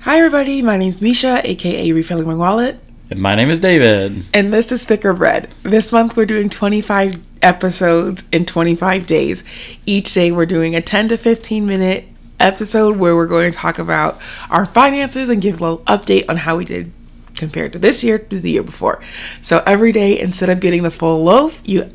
Hi, everybody. My name's Misha, aka Refilling My Wallet, And my name is David. and this is Thicker Bread. This month, we're doing 25 episodes in 25 days. Each day, we're doing a 10 to 15 minute episode where we're going to talk about our finances and give a little update on how we did compared to this year to the year before. So, every day, instead of getting the full loaf, you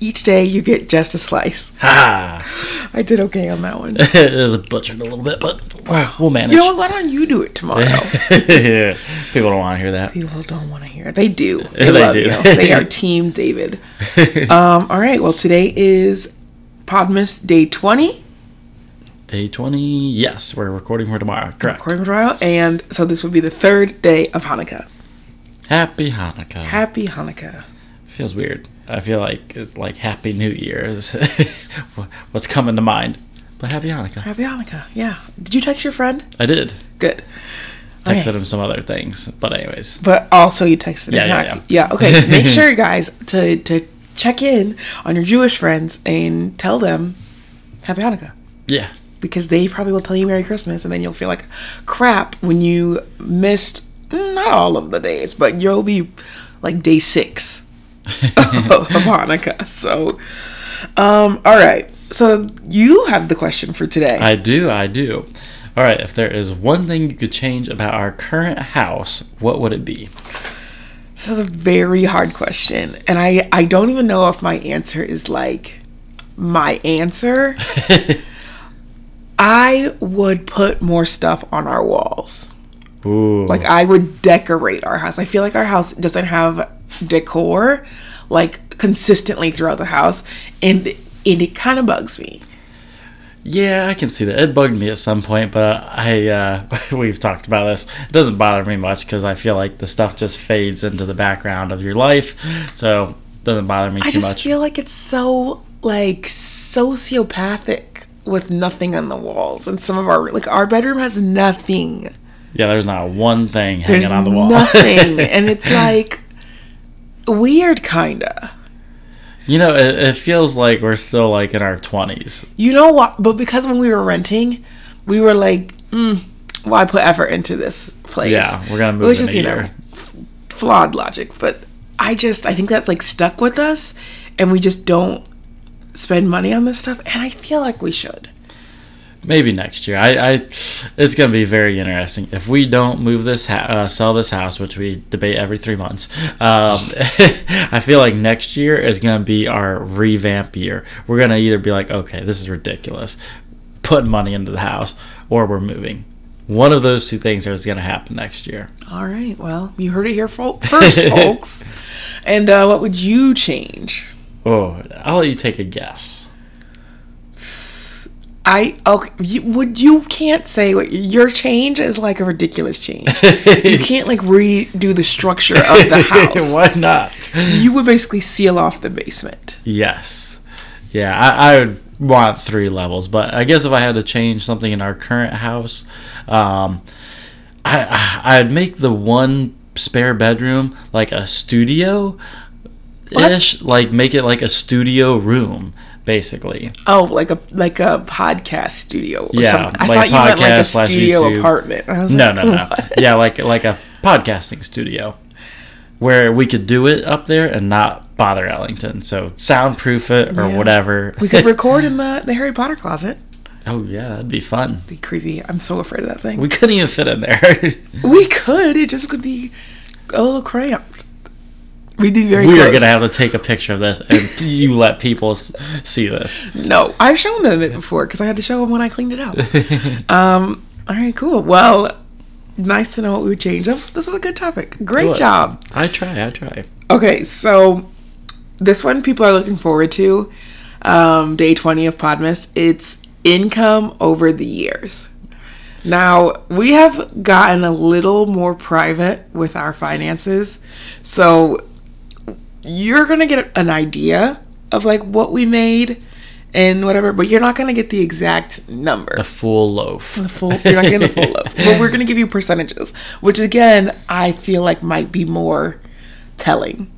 each day you get just a slice. Ha! I did okay on that one. it is butchered a little bit, but wow, we'll manage. You know what? Why don't you do it tomorrow? Yeah. People don't want to hear that. People don't want to hear it. They do. They, They love do. you. They are Team David. um, all right. Well, today is Podmas Day 20, Day 20, yes, we're recording for tomorrow. Correct. Corpus Royal, and so this would be the third day of Hanukkah. Happy Hanukkah. Happy Hanukkah. Feels weird. I feel like it's like Happy New Year's. What's coming to mind? But Happy Hanukkah. Happy Hanukkah. Yeah. Did you text your friend? I did. Good. Okay. Texted him some other things, but anyways. But also, you texted Yeah, him. yeah, back. yeah. Okay. Make sure, guys, to to check in on your Jewish friends and tell them Happy Hanukkah. Yeah. because they probably will tell you Merry Christmas, and then you'll feel like crap when you missed mm, not all of the days, but you'll be like day six of Hanukkah. So, um, all right. So you have the question for today. I do, I do. All right, if there is one thing you could change about our current house, what would it be? this is a very hard question, and I I don't even know if my answer is like my answer. I would put more stuff on our walls. Ooh. Like I would decorate our house. I feel like our house doesn't have decor like consistently throughout the house and and it kind of bugs me. Yeah, I can see that. It bugged me at some point, but I uh, we've talked about this. It doesn't bother me much because I feel like the stuff just fades into the background of your life, so it doesn't bother me I too just much. feel like it's so like sociopathic with nothing on the walls and some of our like our bedroom has nothing. yeah, there's not one thing There's hanging on the wall. nothing and it's like weird kinda. you know, it, it feels like we're still like in our twenties. You know what? But because when we were renting, we were like, mm, why put effort into this place? Yeah, we're gonna move Which in is, a you year. know, f- flawed logic. But I just, I think that's like stuck with us, and we just don't spend money on this stuff. And I feel like we should. Maybe next year. I, I it's gonna be very interesting if we don't move this ha- uh, sell this house, which we debate every three months. Um, I feel like next year is gonna be our revamp year. We're gonna either be like, okay, this is ridiculous, put money into the house, or we're moving. One of those two things is gonna happen next year. All right. Well, you heard it here fol- first, folks. And uh, what would you change? Oh, I'll let you take a guess. I okay. You, would you can't say what your change is like a ridiculous change. you can't like redo the structure of the house. Why not? you would basically seal off the basement. Yes. Yeah, I, I would want three levels, but I guess if I had to change something in our current house, um, I I- I'd make the one spare bedroom like a studio ish, like make it like a studio room, basically. Oh, like a like a podcast studio. Or Yeah, something. I like thought you meant like podcast a slash studio YouTube. apartment. I was No, like, no, no. what? Yeah, like like a podcasting studio where we could do it up there and not bother Ellington. So soundproof it or Yeah. whatever. we could record in the the Harry Potter closet. oh yeah, that'd be fun. Be creepy. I'm so afraid of that thing. We, We couldn't even fit in there. could. It just could be a little cramped. We'd be very. we are close. going to have to take a picture of this and you let people s- see this. No, I've shown them it before because I had to show them when I cleaned it up. um. All right. Cool. Well. Nice to know what we would change. That was- This is a good topic. Great Look, job. I try, I try. Okay, so this one people are looking forward to, um, day 20 of Podmas. It's income over the years. Now, we have gotten a little more private with our finances. So you're going to get an idea of like what we made and whatever, but you're not going to get the exact number The full loaf. the full you're not getting the full loaf but we're gonna give you percentages which again i feel like might be more telling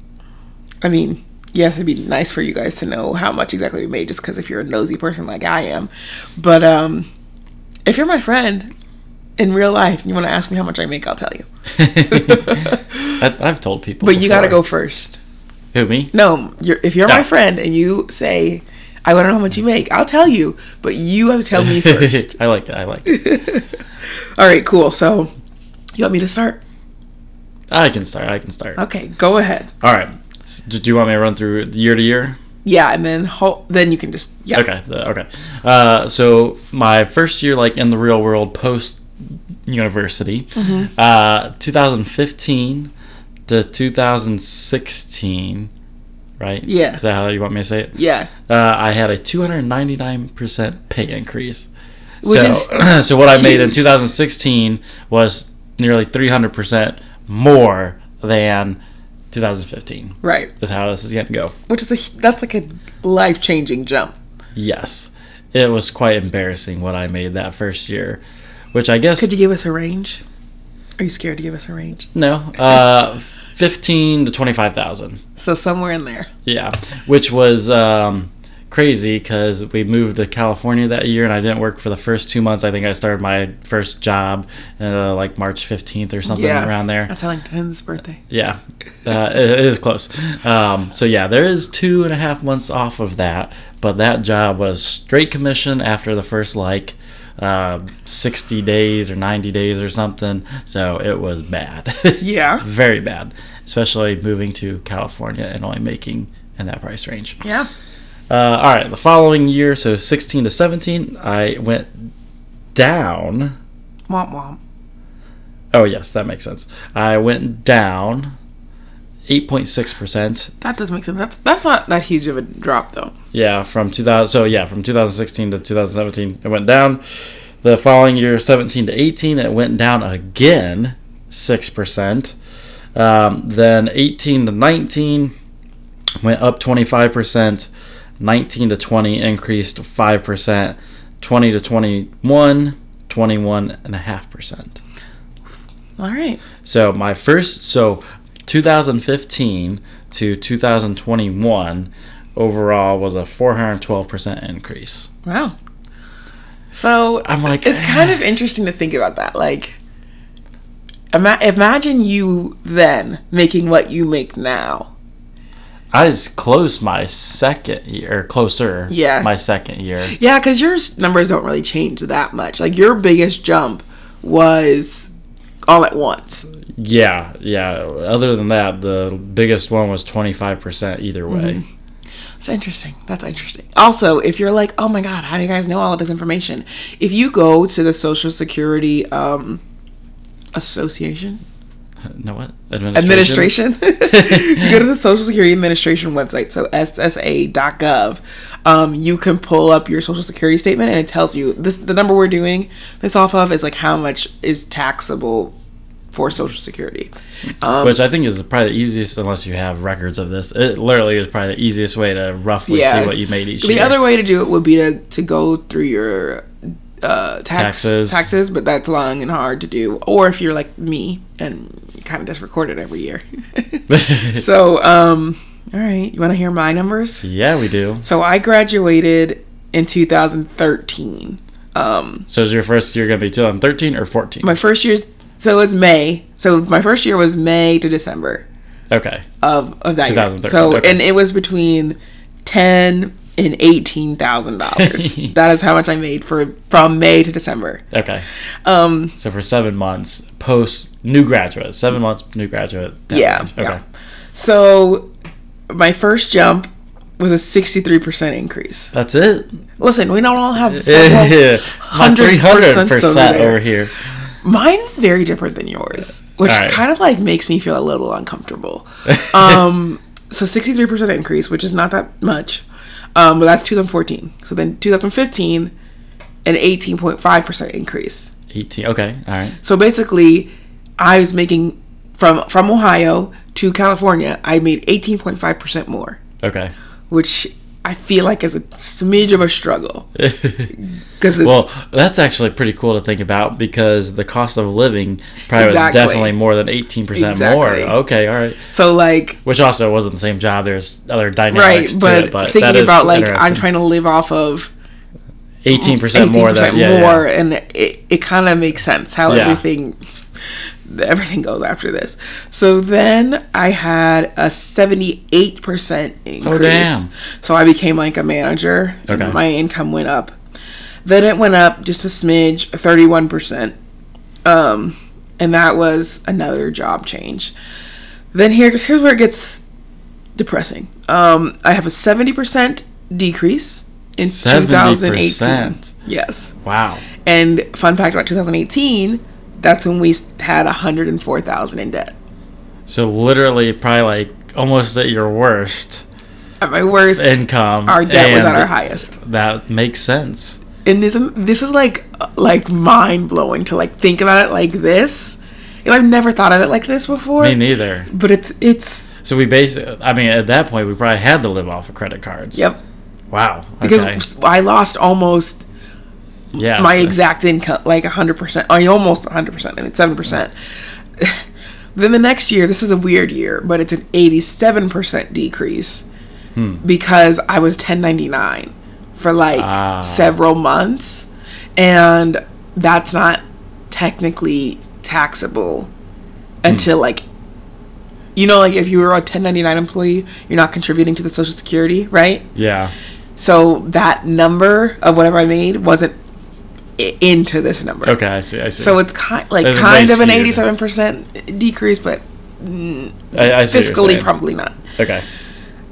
i mean yes it'd be nice for you guys to know how much exactly we made just because if you're a nosy person like i am but um if you're my friend in real life and you want to ask me how much I make, I'll tell you. I, I've told people. But you got to before. go first. Who me? No, you're, if you're No. my friend and you say, I want to know how much you make, I'll tell you, but you have to tell me first. I like that. I like. That. All right, cool. So, you want me to start? I can start. I can start. Okay, go ahead. All right. S- do do you want me to run through year to year? Yeah, and then ho- then you can just yeah. Okay. the- Okay. Uh, so my first year, like in the real world, post university, Mm-hmm. uh, 2015 to 2016, right? Yeah. Is that how you want me to say it? Yeah. uh, I had a 299% pay increase. Which so, so what I made in huge. 2016 was nearly 300% more than 2015. Right. Is how this is going to go. Which is a that's like a life changing jump. Yes. It was quite embarrassing what I made that first year, which I guess Could you give us a range? Are you scared to give us a range? no, uh 15 to 25,000. So somewhere in there. Yeah, which was um, crazy because we moved to California that year, and I didn't work for the first two months. I think I started my first job uh, like March fifteenth or something around there. That's Huntington's birthday. Yeah, uh, it, it is close. Um, so yeah, there is two and a half months off of that, but that job was straight commission after the first like uh, sixty days or ninety days or something. So it was bad. Yeah. Very bad, especially moving to California and only making in that price range. Yeah. Uh, all right, the following year, so 16 to 17, I went down. Womp womp. Oh, yes, that makes sense. I went down 8.6%. That does make sense. That's that's not that huge of a drop though. Yeah, from 2000. So, yeah, from 2016 to 2017, it went down. The following year, 17 to 18, it went down again 6%. Um, then 18 to 19 went up 25%. 19 to 20 increased 5%. 20 to 21, 21.5%. All right. So my first, so 2015 to 2021 overall was a 412% increase. Wow. So I'm like, it's kind of interesting to think about that. Like, ima- imagine you then making what you make now. I was close my second year, or closer. Yeah. My second year. Yeah, because your s- numbers don't really change that much. Like your biggest jump was all at once. Yeah, yeah. Other than that, the biggest one was 25% either Mm-hmm. way. It's interesting. That's interesting. Also, if you're like, oh my God, how do you guys know all of this information? If you go to the Social Security um, Association, No, what? administration. you go to the Social Security Administration website, so ssa.gov. Um, you can pull up your Social Security statement, and it tells you this. The number we're doing this off of is like how much is taxable for Social Security. Um, Which I think is probably the easiest, unless you have records of this. It literally is probably the easiest way to roughly Yeah. see what you made each the year. other way to do it would be to to go through your uh, tax, Taxes. taxes, but that's long and hard to do. Or if you're like me and kind of just record it every year. so, um, all right, you want to hear my numbers? yeah, we do. So I graduated in 2013. Um, So is your first year going to be 2013 or 14? my first year's so it's May. So my first year was May to December okay. of of that year. 2013, So okay. and it was between ten and eighteen thousand dollars. that is how much I made for from May to December. Okay. Um, So for seven months, post new graduate, seven months new graduate. down Yeah, range. Okay. yeah. so my first jump was a sixty three percent increase. That's it. Listen, we don't all have several My 300 100% percent over over here. Mine is very different than yours, which All right. kind of like makes me feel a little uncomfortable. Um, so 63% increase, which is not that much. Um, but that's 2014. So then 2015, an 18.5% increase. 18. Okay. All right. So basically, I was making from from Ohio to California, I made 18.5% more, Okay. which I feel like is a smidge of a struggle because it's Well, that's actually pretty cool to think about because the cost of living probably Exactly. was definitely more than 18% more. Exactly. Okay. All right. so like Which also wasn't the same job. There's other right dynamics but, to it, but that thinking is about like i'm interesting. trying to live off of eighteen percent more. That yeah, yeah. more, and it, it kind of makes sense how Yeah. everything everything goes after this. So then I had a seventy eight percent increase. Oh, damn. So I became like a manager. and Okay. my income went up. Then it went up just a smidge, thirty one percent. Um, and that was another job change. Then here's here's where it gets depressing. Um, I have a seventy percent decrease in 2018. 70%. Yes, Wow. and fun fact about 2018, that's when we s- had 104,000 in debt. So literally, probably like almost at your worst At my worst, income. our debt was and at our highest. That makes sense. And this this is like like mind blowing to like think about it like this. And I've never thought of it like this before. Me neither. But it's it's So we basically, I mean, at that point, we probably had to live off of credit cards. yep Wow. because okay. I lost almost yeah, my so- exact income, like 100%, I almost 100%, and it's 7%. then the next year, this is a weird year, but it's an 87% decrease Hmm. because I was 1099 for like Ah. several months, and that's not technically taxable Hmm. until like. You know, like if you were a 1099 employee, you're not contributing to the Social Security, right? Yeah. So that number of whatever I made wasn't i- into this number. Okay. I see. I see. So it's kind like As in kind they of an see it. eighty-seven percent decrease, but I, I see what you're fiscally saying. probably not. Okay.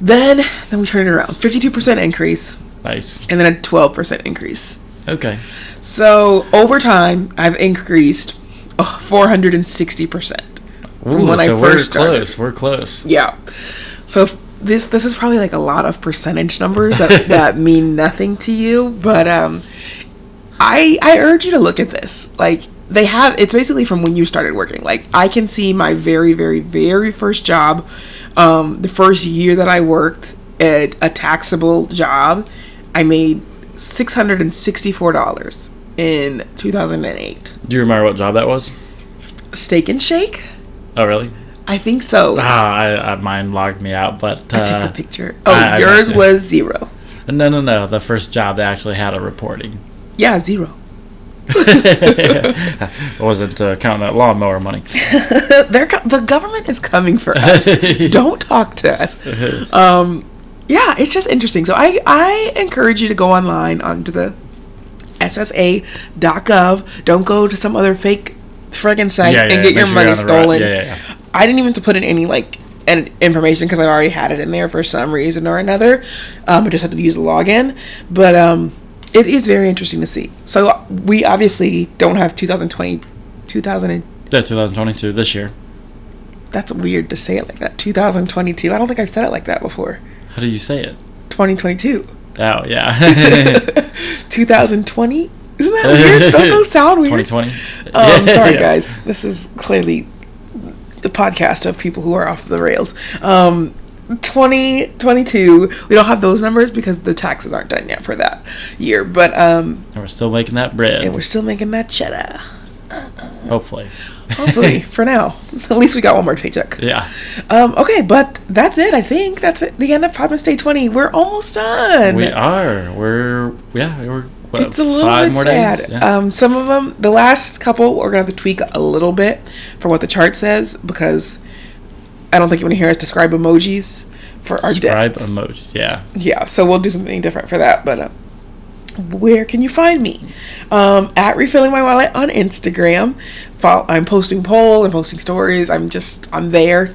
Then then we turn it around, fifty-two percent increase, Nice. and then a twelve percent increase. Okay. So over time, I've increased oh, four hundred and sixty percent from Ooh, when I so we're first started. close. We're close. Yeah. So if this this is probably like a lot of percentage numbers that, that mean nothing to you, but um, I I urge you to look at this. Like they have it's basically from when you started working. Like I can see my very very very first job, um, the first year that I worked at a taxable job, I made six hundred and sixty four dollars in two thousand and eight. Do you remember what job that was? Steak and Shake, Oh, really? I think so. Ah, I, I, mine logged me out, but I took uh, a picture. Oh, I- I yours gotcha. was zero. no, no, no. The first job that actually had a reporting. Yeah, zero. I wasn't uh, counting that lawnmower money. They're co- the government is coming for us. Don't talk to us. Um, yeah, it's just interesting. So I, I encourage you to go online onto the SSA.gov. Don't go to some other fake friggin' site Yeah, yeah, and get make your sure you're money on the right- stolen. yeah, yeah, yeah. I didn't even to put in any like an information because I already had it in there for some reason or another. Um, I just had to use a login, but um, it is very interesting to see. So uh, we obviously don't have 2020, 2000. And, Yeah, 2022 this year. that's weird to say it like that. 2022. I don't think I've said it like that before. How do you say it? 2022. Oh, yeah. 2020. Isn't that weird? Don't those sound weird? 2020. Um, Yeah. sorry, guys. This is clearly the podcast of people who are off the rails. Um, 2022, we don't have those numbers because the taxes aren't done yet for that year. But um, And we're still making that bread. and we're still making that cheddar. hopefully. Hopefully, for now. At least we got one more paycheck. Yeah. Um, okay, but that's it. I think that's it. The end of Podmas Day 20. We're almost done. We are. We're, yeah, we're, what, it's a little five bit more sad. days? Yeah. Um, some of them, the last couple, we're gonna have to tweak a little bit from what the chart says because I don't think you want to hear us describe emojis for our Describe debts. emojis. Yeah. yeah, so we'll do something different for that. But uh, where can you find me? Um, at refilling my wallet on Instagram. Follow, I'm posting polls. I'm posting stories. I'm just I'm there.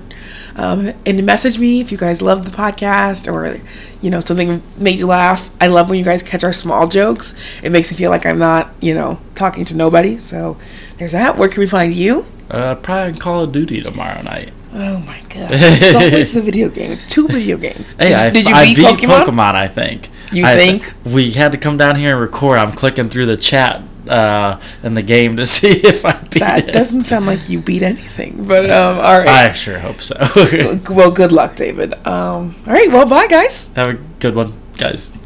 Um, and message me if you guys love the podcast or you know something made you laugh. I love when you guys catch our small jokes. It makes me feel like I'm not you know talking to nobody. So there's that. Where can we find you? Uh, probably Call of Duty tomorrow night. Oh my god! It's always the video game. It's two video games. Hey, I, Did you I beat Pokemon? I think. You I- think? we had to come down here and record. I'm clicking through the chat uh, in the game to see if I beat That it. doesn't sound like you beat anything, but um, all right. I sure hope so. Have Well, good luck, David. Um, all right. Well, bye, guys. a good one, guys.